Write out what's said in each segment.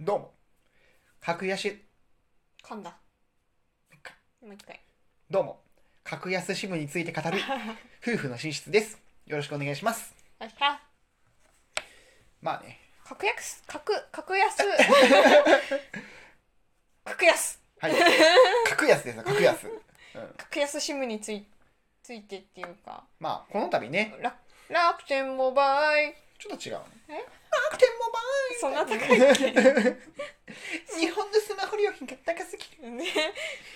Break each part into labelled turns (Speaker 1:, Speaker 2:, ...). Speaker 1: どうも。格安、
Speaker 2: 噛んだもう一回
Speaker 1: どうも。格安支部について語 る夫婦の寝室です。よろしくお願いします。
Speaker 2: よっしゃ
Speaker 1: まあね、
Speaker 2: 格安格 格安格安
Speaker 1: はい。格安ですよ、格安。うん、
Speaker 2: 格安シムについついてっていうか
Speaker 1: まあ、この度ね、
Speaker 2: 楽楽天モバイル
Speaker 1: ちょっと違うね。
Speaker 2: え
Speaker 1: 楽天モバ
Speaker 2: そんな高い
Speaker 1: イル
Speaker 2: っけ
Speaker 1: 日本のスマホ料金が高すぎる。
Speaker 2: ね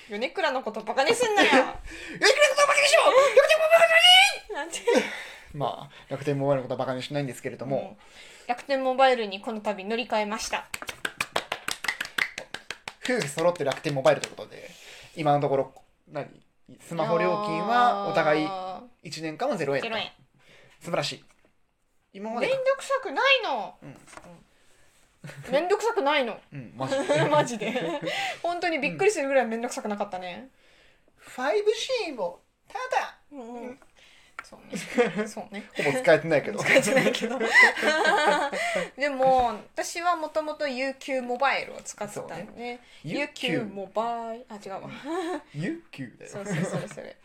Speaker 2: 米倉のことバカにすんなよ
Speaker 1: え、くらことばかりでしょ
Speaker 2: なんて
Speaker 1: まあ、楽天モバイルのことはバカにしないんですけれども、
Speaker 2: 楽天モバイルにこの度乗り換えました
Speaker 1: 夫婦揃って楽天モバイルということで、今のところ、何スマホ料金はお互い1年間は0円と
Speaker 2: 0円
Speaker 1: 素晴らしい今ま
Speaker 2: め
Speaker 1: で
Speaker 2: ん
Speaker 1: か
Speaker 2: どくさくないの、うんめんどくさくないの
Speaker 1: うん マジで
Speaker 2: マジで 本当にびっくりするぐらいめんどくさくなかったね、
Speaker 1: 5G もただ
Speaker 2: うんうんそう ねそうね
Speaker 1: ほぼ使えてないけど
Speaker 2: 使えてな いけどでも私はもともと UQ モバイルを使ってたんで、
Speaker 1: そ
Speaker 2: ね、UQ
Speaker 1: UQ
Speaker 2: モバイルあ違うわ
Speaker 1: UQ だよ
Speaker 2: そうそうそれそれ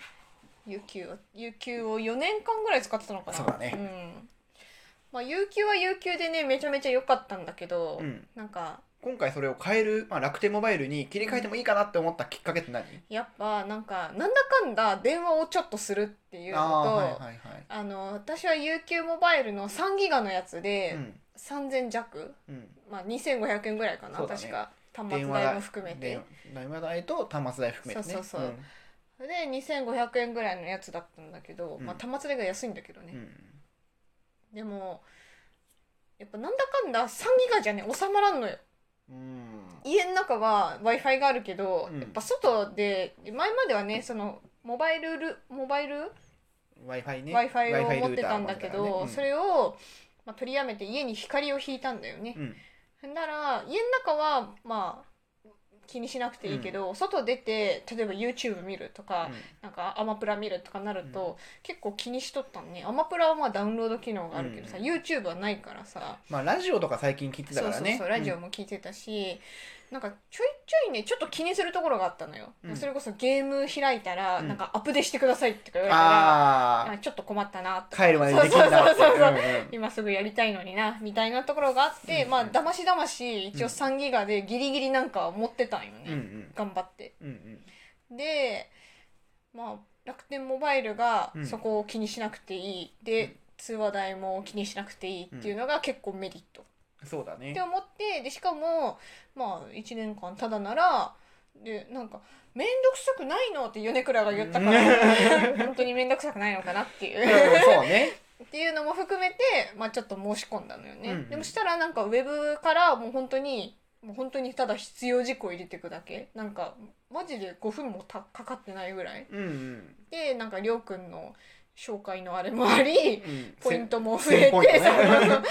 Speaker 2: UQ を UQ を4年間ぐらい使ってたのかな
Speaker 1: そうだね
Speaker 2: んまあ、UQ は UQ でねめちゃめちゃ良かったんだけど、
Speaker 1: うん
Speaker 2: なんか
Speaker 1: 今回それを変える、まあ、楽天モバイルに切り替えてもいいかなって思ったきっかけって何
Speaker 2: やっぱなんかなんだかんだ電話をちょっとするっていうのと
Speaker 1: あ
Speaker 2: あ,、
Speaker 1: あはいはいはい
Speaker 2: の私は UQ モバイルの3ギガのやつで
Speaker 1: うん
Speaker 2: 3000弱、
Speaker 1: うん
Speaker 2: まあ、2500円ぐらいかな、
Speaker 1: そうだね
Speaker 2: 確か端末
Speaker 1: 電話
Speaker 2: 代
Speaker 1: 代
Speaker 2: も含めて
Speaker 1: 電電話代と端末代含めてね
Speaker 2: そうそうそうで2500円ぐらいのやつだったんだけど、
Speaker 1: うん
Speaker 2: まあ端末代が安いんだけど
Speaker 1: うんう
Speaker 2: ね、
Speaker 1: ん
Speaker 2: でもやっぱなんだかんだ3ギガじゃね収まらんのよ
Speaker 1: うん
Speaker 2: 家の中は w i f i があるけど、
Speaker 1: うん
Speaker 2: やっぱ外で前まではねそのモバイルルモバイル
Speaker 1: w i f i ね
Speaker 2: w i f i を
Speaker 1: Wi-Fi
Speaker 2: 持ってたんだ
Speaker 1: ルー
Speaker 2: け
Speaker 1: ター持ってたからね
Speaker 2: ど、
Speaker 1: うん
Speaker 2: それを、まあ、取りやめて家に光を引いたんだよね。
Speaker 1: うん
Speaker 2: なら家の中はまあ気にしなくていいけど、外出て例えば YouTube 見るとか、なんかアマプラ見るとかなると、結構気にしとったんねアマプラはまあダウンロード機能があるけどさ、
Speaker 1: うん
Speaker 2: YouTube はないからさ
Speaker 1: まあラジオとか最近聞いてた
Speaker 2: そ
Speaker 1: か
Speaker 2: う
Speaker 1: ら
Speaker 2: そう
Speaker 1: ね
Speaker 2: そうラジ
Speaker 1: う
Speaker 2: オ
Speaker 1: ん
Speaker 2: も聞いてたし、なんかちょいちょいねちょっと気にするところがあったのよ、
Speaker 1: うん
Speaker 2: それこそゲーム開いたら、
Speaker 1: うん
Speaker 2: なんかアップデートしてくださいって言われたら
Speaker 1: ああ
Speaker 2: あちょっと困ったなとか
Speaker 1: 帰るまでできんだ
Speaker 2: そうそうそうそう
Speaker 1: うんうん
Speaker 2: 今すぐやりたいのになみたいなところがあって、
Speaker 1: うん
Speaker 2: まあだましだまし一応3ギガでギリギリなんか持ってたんよね、
Speaker 1: うんうん
Speaker 2: 頑張って
Speaker 1: うんうん
Speaker 2: でまあ楽天モバイルが
Speaker 1: うん
Speaker 2: そこを気にしなくていい、で、
Speaker 1: うん
Speaker 2: 通話代も気にしなくていいっていうのが結構メリット、
Speaker 1: そうだね
Speaker 2: って思ってでしかもまあ1年間ただならでなんか「面倒くさくないの?」って米倉が言ったから 本当に面倒くさくないのかなっていう
Speaker 1: うんそう ね
Speaker 2: っていうのも含めて、まあ、ちょっと申し込んだのよね、
Speaker 1: うんうん
Speaker 2: でもしたらなんかウェブからもう本当にもう本当にただ必要事項入れていくだけなんかマジで5分もたかかってないぐらい
Speaker 1: うんうん
Speaker 2: でなんかりょうくんの紹介のあれもあり
Speaker 1: うん
Speaker 2: ポイントも増え
Speaker 1: 1000
Speaker 2: て、
Speaker 1: ポイントね
Speaker 2: そうそうそう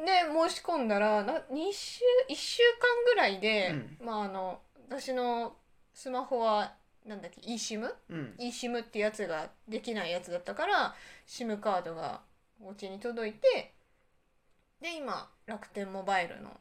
Speaker 2: それで
Speaker 1: う
Speaker 2: で申し込んだらな2週1週間ぐらいで、まああの私のスマホはなんだっけ eSIM?eSIM
Speaker 1: んうん
Speaker 2: ってやつができないやつだったから SIM カードがお家に届いてで今楽天モバイルの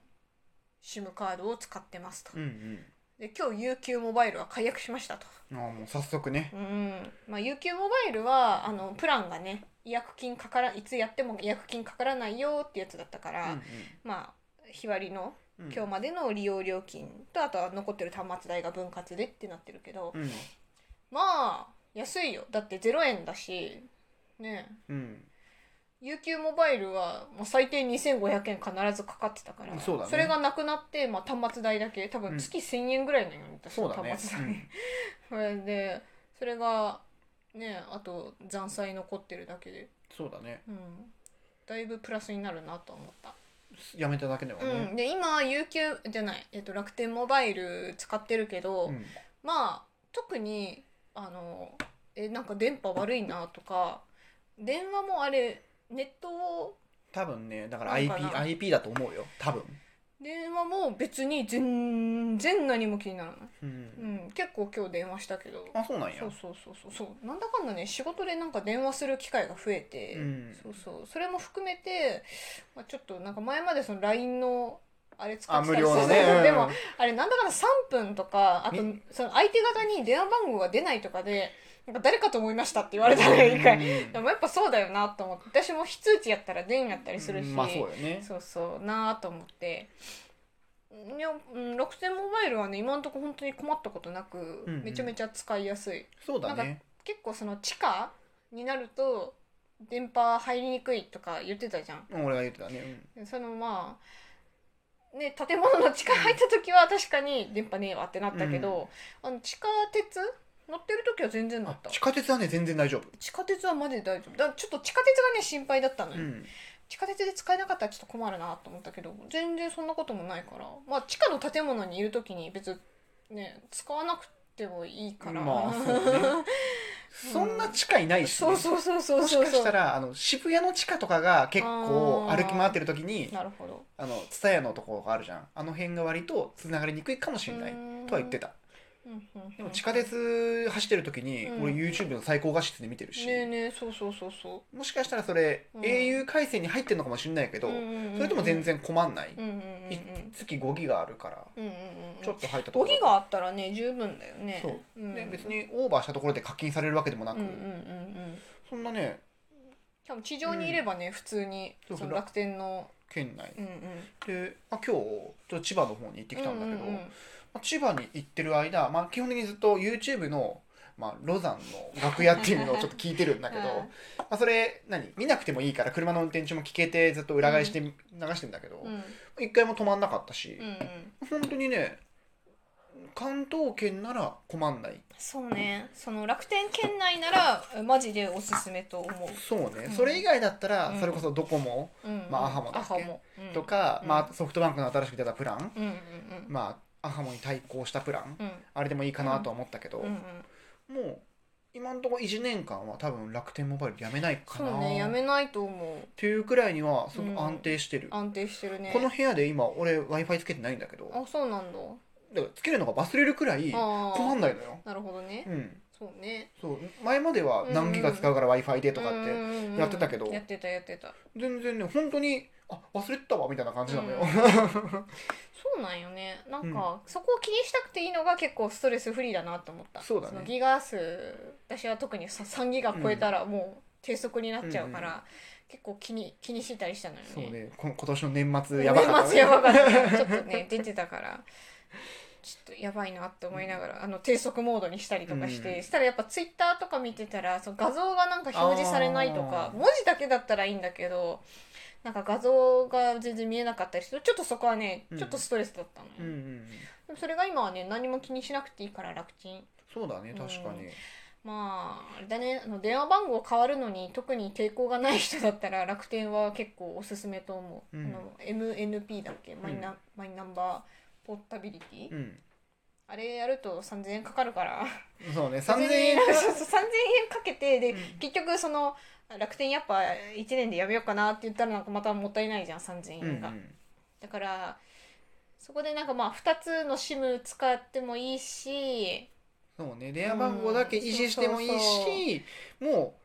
Speaker 2: SIM カードを使ってますと、
Speaker 1: うん
Speaker 2: で今日 UQ モバイルは解約しましたと
Speaker 1: うんああもう早速ね
Speaker 2: うんまあ UQ モバイルはあのプランがね違約金かからいつやっても違約金かからないよってやつだったか
Speaker 1: う
Speaker 2: ら、
Speaker 1: ん
Speaker 2: まあ日割りの
Speaker 1: うん
Speaker 2: 今日までの利用料金とあとは残ってる端末代が分割でってなってるけど、
Speaker 1: うん
Speaker 2: まあ安いよだって0円だしね
Speaker 1: うん
Speaker 2: え UQ モバイルはもう最低2500円必ずかかってたから
Speaker 1: そうだね
Speaker 2: れがなくなって、まあ、端末代だけ多分月1000円ぐらいなのよ、私
Speaker 1: そうだね
Speaker 2: 端末代、それ でそれがねあと残債残ってるだけで、
Speaker 1: そうだね
Speaker 2: うん、だいぶプラスになるなと思った、
Speaker 1: やめただけでは
Speaker 2: う
Speaker 1: ね
Speaker 2: ん、で今 UQ じゃない、えっと、楽天モバイル使ってるけど、
Speaker 1: うん
Speaker 2: まあ特にあのえなんか電波悪いなとか電話もあれネットを
Speaker 1: 多分ねだから
Speaker 2: なん
Speaker 1: IP
Speaker 2: かな
Speaker 1: IP だと思うよ多分
Speaker 2: 電話も別に全然何も気にならない、
Speaker 1: う
Speaker 2: うんん、結構今日電話したけど
Speaker 1: あそうなんや
Speaker 2: そうそうそうそうそうなんだかんだね仕事でなんか電話する機会が増えて、
Speaker 1: うん
Speaker 2: そうそうそれも含めて、まあ、ちょっとなんか前までその LINE のあれ使
Speaker 1: あ
Speaker 2: ってた
Speaker 1: 無
Speaker 2: り
Speaker 1: 料の
Speaker 2: そうそう
Speaker 1: ね
Speaker 2: でもあれなんだかんだ3分とかあと
Speaker 1: み
Speaker 2: その相手方に電話番号が出ないとかでなんか誰かと思いましたって言わ
Speaker 1: う
Speaker 2: れ
Speaker 1: ん
Speaker 2: たね一回
Speaker 1: うん
Speaker 2: でもやっぱそうだよなと思って私も非通知やったら電やったりするし、
Speaker 1: まあそうよね
Speaker 2: そうそうなあと思っていや、うん、楽天モバイルはね今のところ本当に困ったことなく、
Speaker 1: うんうん
Speaker 2: めちゃめちゃ使いやすい
Speaker 1: そうだね
Speaker 2: 結構その地下になると電波入りにくいとか言ってたじゃん
Speaker 1: うん俺が言ってたね
Speaker 2: そのまあね建物の地下入った時は確かに電波ねえわってなったけど、あの地下鉄乗ってる時は全然
Speaker 1: うん
Speaker 2: だっ
Speaker 1: あ
Speaker 2: た
Speaker 1: 地下鉄はね全然大丈夫
Speaker 2: 地下鉄はマジで大丈夫だからちょっと地下鉄がね心配だったの
Speaker 1: う
Speaker 2: よ、
Speaker 1: ん
Speaker 2: 地下鉄で使えなかったらちょっと困るなと思ったけど全然そんなこともないからまあ地下の建物にいる時に別にね使わなくてもいいから、
Speaker 1: まあ そうねそんな地下いないしね
Speaker 2: そうそうそうそう
Speaker 1: もし
Speaker 2: そう
Speaker 1: かしたらあの渋谷の地下とかが結構
Speaker 2: あー
Speaker 1: 歩き回ってる時に
Speaker 2: なるほど
Speaker 1: あの蔦屋のところがあるじゃんあの辺が割とつながりにくいかもしれないとは言ってた
Speaker 2: うんうんうん
Speaker 1: でも地下鉄走ってる時に
Speaker 2: うん
Speaker 1: 俺 YouTube の最高画質で見てるし
Speaker 2: ねえねえそうそうそうそ
Speaker 1: もしかしたらそれ
Speaker 2: うん
Speaker 1: au 回線に入ってるのかもしれないけ
Speaker 2: う
Speaker 1: ど
Speaker 2: うんうんうんうん
Speaker 1: それでも全然困んない
Speaker 2: うんうんうんうん
Speaker 1: 月5ギガあるから
Speaker 2: うんうんうん
Speaker 1: ちょっと入ったとこ
Speaker 2: 5
Speaker 1: ろ
Speaker 2: ギガあったらね十分だよね
Speaker 1: そう
Speaker 2: うん
Speaker 1: で別にオーバーしたところで課金されるわけでもな
Speaker 2: うん
Speaker 1: く
Speaker 2: うんうんうん
Speaker 1: そんなね
Speaker 2: しかも地上にいればね、普通に
Speaker 1: そう
Speaker 2: その
Speaker 1: そう
Speaker 2: 楽天の
Speaker 1: 県内
Speaker 2: うんうん
Speaker 1: で、まあ、今日ちょっと千葉の方に行ってきたんだけど、
Speaker 2: うう
Speaker 1: まあ、千葉に行ってる間、まあ、基本的にずっと YouTube の、まあ、ロザンの楽屋っていうのをちょっと聞いてるんだけど、
Speaker 2: うん
Speaker 1: まあ、それ何見なくてもいいから車の運転中も聞けてずっと裏返して流してんだけど、
Speaker 2: うん
Speaker 1: 一回も止まんなかったし
Speaker 2: うんう、ん
Speaker 1: 本当にね関東圏なら困んない
Speaker 2: そうねその楽天圏内なら マジでおすすめと思
Speaker 1: そうね、
Speaker 2: うん
Speaker 1: それ以外だった
Speaker 2: う
Speaker 1: ら
Speaker 2: ん
Speaker 1: それこそドコモ
Speaker 2: う、うん
Speaker 1: まあアハモだ
Speaker 2: ア
Speaker 1: っけ
Speaker 2: ハモ、うん
Speaker 1: とか、
Speaker 2: うん
Speaker 1: まあ、ソフトバンクの新しく出たプラン、
Speaker 2: うんうん
Speaker 1: まあアハモに対抗したプラン、
Speaker 2: うん
Speaker 1: あれでもいいかなとは思ったけど、
Speaker 2: うんうんうん
Speaker 1: もう今のところ1年間は多分楽天モバイルやめないか
Speaker 2: そ
Speaker 1: な
Speaker 2: うねや
Speaker 1: っ
Speaker 2: めないと思う
Speaker 1: ていうくらいにはすご
Speaker 2: うん
Speaker 1: く安定してる、
Speaker 2: 安定してるね
Speaker 1: この部屋で今俺 w i f i つけてないんだけど
Speaker 2: あそうなんだ
Speaker 1: だからつけるのが忘れるくらい
Speaker 2: あ
Speaker 1: 困
Speaker 2: あ
Speaker 1: んないのよ、
Speaker 2: なるほどね
Speaker 1: うん、
Speaker 2: そうね
Speaker 1: そう前までは何ギガ使うから w i f i でとかって、やってたけど
Speaker 2: うんうんうんやってたやってた
Speaker 1: 全然ね本当にあ忘れてたわみたいな感じなのよ、
Speaker 2: うんそうなんよねなんか、そこを気にしなくていいのが結構ストレスフリーだなと思った
Speaker 1: そうだね
Speaker 2: のギガ数私は特にさ3ギガ超えたらもう低速になっちゃうから、
Speaker 1: うん
Speaker 2: 結構気に気にしてたりしたのよね
Speaker 1: そうねこ今年の年末やばかっ
Speaker 2: 年
Speaker 1: た、
Speaker 2: 末やばかったちょっとね出てたからちょっとやばいなって思いながら、あの低速モードにしたりとかして、
Speaker 1: うん
Speaker 2: したらやっぱツイッターとか見てたらその画像がなんか表示されないとか
Speaker 1: あー
Speaker 2: 文字だけだったらいいんだけどなんか画像が全然見えなかったりするとちょっとそこはね
Speaker 1: うん
Speaker 2: ちょっとストレスだったのよ、
Speaker 1: うんうんうん、
Speaker 2: でもそれが今はね何も気にしなくていいから楽ちん
Speaker 1: そうだね確かに、
Speaker 2: まああれだねあの電話番号変わるのに特に抵抗がない人だったら楽天は結構おすすめと思う、
Speaker 1: うん
Speaker 2: あの MNP だっけマイナ、
Speaker 1: うん
Speaker 2: マイナンバーポータビリティ、
Speaker 1: うん
Speaker 2: あれやると3000円かか るから
Speaker 1: そうね3000円
Speaker 2: そうそう3000円かけてで、
Speaker 1: うん
Speaker 2: 結局その楽天やっぱ1年でやめようかなって言ったらなんかまたもったいないじゃん3000
Speaker 1: うんう
Speaker 2: 円が、
Speaker 1: ん
Speaker 2: だからそこでなんかまあ2つの SIM 使ってもいいし
Speaker 1: そうね電話番号だけ維持してもいいし、も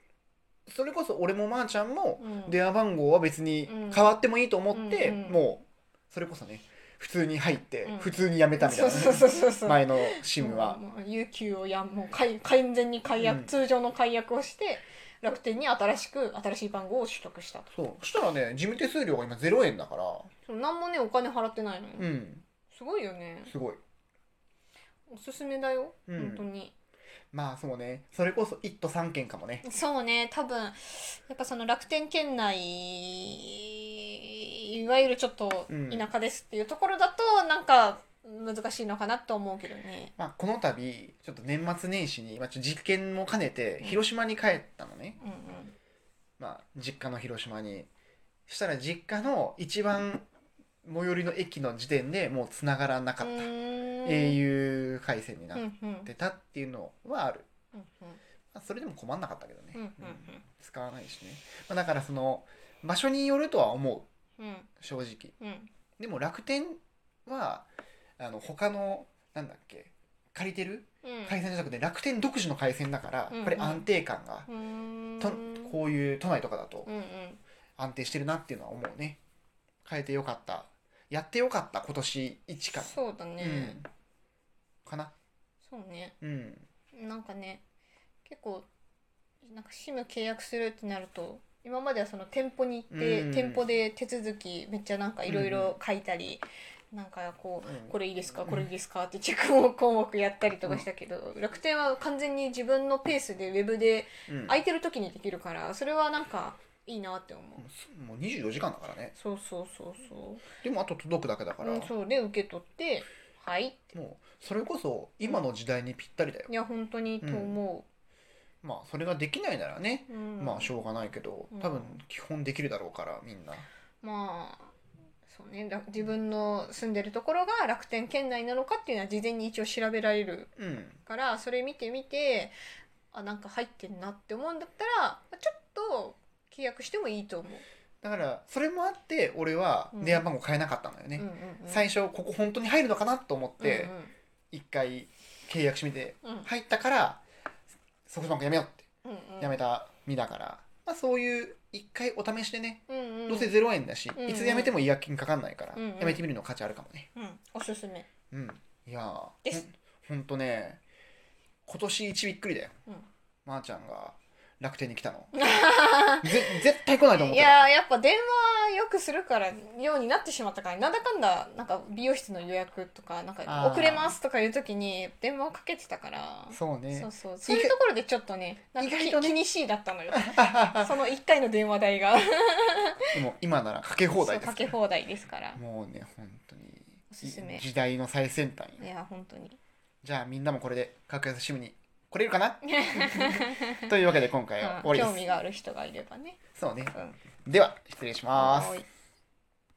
Speaker 1: うそれこそ俺もまーちゃんも
Speaker 2: うん
Speaker 1: 電話番号は別に変わってもいいと思って、
Speaker 2: うんうん
Speaker 1: もうそれこそね普通に入って
Speaker 2: うん
Speaker 1: 普通に辞めたみたい
Speaker 2: そ
Speaker 1: な、
Speaker 2: うそうそうそうそう
Speaker 1: 前のシムは、
Speaker 2: もうもう有給をやんもう解完全に解約、
Speaker 1: うん
Speaker 2: 通常の解約をして楽天に新しく新しい番号を取得したと
Speaker 1: そうそしたらね事務手数料が今0円だから
Speaker 2: そう何もねお金払ってないのよ、
Speaker 1: うん
Speaker 2: すごいよね
Speaker 1: すごい
Speaker 2: おすすめだよ、
Speaker 1: うん
Speaker 2: 本当に
Speaker 1: まあそうねそれこそ1都3県かもね
Speaker 2: そうね多分やっぱその楽天圏内いわゆるちょっと
Speaker 1: うん
Speaker 2: 田舎ですっていうところだとなんか難しいのかなと思うけどね
Speaker 1: まあ、この度ちょっと年末年始に、まあ、ちょっと実験も兼ねて広島に帰ったのね、
Speaker 2: うん
Speaker 1: まあ、実家の広島にしたら実家の一番最寄りの駅の時点でもう繋がらなかっ
Speaker 2: う
Speaker 1: た、
Speaker 2: んうーん
Speaker 1: au 回線にな
Speaker 2: うん
Speaker 1: っ
Speaker 2: うん
Speaker 1: てたっていうのはある、
Speaker 2: うん
Speaker 1: まあ、それでも困んなかったけどね、
Speaker 2: うんうん
Speaker 1: 使わないしね、まあ、だからその場所によるとは思
Speaker 2: うんうん
Speaker 1: う正直
Speaker 2: うん
Speaker 1: でも楽天はあの他のなんだっけ借りてる
Speaker 2: うん
Speaker 1: 回線じゃなくて楽天独自の回線だから
Speaker 2: うん
Speaker 1: やっぱり安定感が、
Speaker 2: うーん
Speaker 1: とこういう都内とかだと
Speaker 2: うんうん
Speaker 1: 安定してるなっていうのは思うね変えてよかったやってよかった今年1から
Speaker 2: そうだね、
Speaker 1: うん、かな
Speaker 2: そうね
Speaker 1: うん
Speaker 2: なんかね結構なんか SIM 契約するってなると今まではその店舗に行って、
Speaker 1: うん
Speaker 2: 店舗で手続きめっちゃなんかいろいろ書いたり、なんかこう、
Speaker 1: うん
Speaker 2: これいいですかこれいいですかってチェック項目やったりとかしたけど、楽天は完全に自分のペースでウェブで
Speaker 1: うん
Speaker 2: 空いてる時にできるからそれはなんかいいなって思う、
Speaker 1: もう24時間だからね
Speaker 2: そうそうそうそ
Speaker 1: でもあと届くだけだか
Speaker 2: う、
Speaker 1: ら、
Speaker 2: うん、そうで受け取ってはい
Speaker 1: もうそれこそ今の時代にぴったりだよ
Speaker 2: いや本当にと思
Speaker 1: まあそれができないならね
Speaker 2: う、うん
Speaker 1: まあしょうがないけど
Speaker 2: うん
Speaker 1: 多分基本できるだろうからみんな
Speaker 2: まあそうねら自分の住んでるところが楽天圏内なのかっていうのは事前に一応調べられる
Speaker 1: うん
Speaker 2: からそれ見てみてあなんか入ってんなって思うんだったらまあちょっと契約してもいいと思う。
Speaker 1: だからそれもあって俺は
Speaker 2: うん
Speaker 1: 電話番号変えなかったのよね、
Speaker 2: うんうんうん
Speaker 1: 最初ここ本当に入るのかなと思って一回契約してみて
Speaker 2: うんうん
Speaker 1: 入ったからソフトバンクやめようって
Speaker 2: うんうん
Speaker 1: やめた身だから、まあ、そういう一回お試しでね
Speaker 2: うんうん
Speaker 1: どうせ0円だし、
Speaker 2: うん
Speaker 1: いつやめても違約金かかんないから、
Speaker 2: うんうん
Speaker 1: やめてみるの価値あるかもね
Speaker 2: うんおすすめ。
Speaker 1: うんいやーほん
Speaker 2: です
Speaker 1: ほんとね今年一びっくりだよ、
Speaker 2: うん
Speaker 1: まーちゃんが楽天に来た のぜ絶対来ないと思っ
Speaker 2: い
Speaker 1: てた
Speaker 2: やーやっぱ電話よくするからようになってしまったからなんだかんだなんか美容室の予約とかなん
Speaker 1: あ
Speaker 2: か
Speaker 1: ー
Speaker 2: 遅れますとかいう時に電話をかけてたから
Speaker 1: そうね
Speaker 2: そうそうそういうところでちょっとねなんか
Speaker 1: 意
Speaker 2: き
Speaker 1: 外とね
Speaker 2: 気にしいだった のよその1回の電話代が
Speaker 1: でも今ならかけ放
Speaker 2: そ
Speaker 1: 題
Speaker 2: う
Speaker 1: です
Speaker 2: かけ放題ですから
Speaker 1: もうね本当に
Speaker 2: おすすめ
Speaker 1: 時代の最先端よ
Speaker 2: いや本当に
Speaker 1: じゃあみんなもこれで格安シムに来れるかなというわけで今回は終わりです、
Speaker 2: 興味がある人がいればね
Speaker 1: そうね
Speaker 2: うん
Speaker 1: では失礼します
Speaker 2: はーい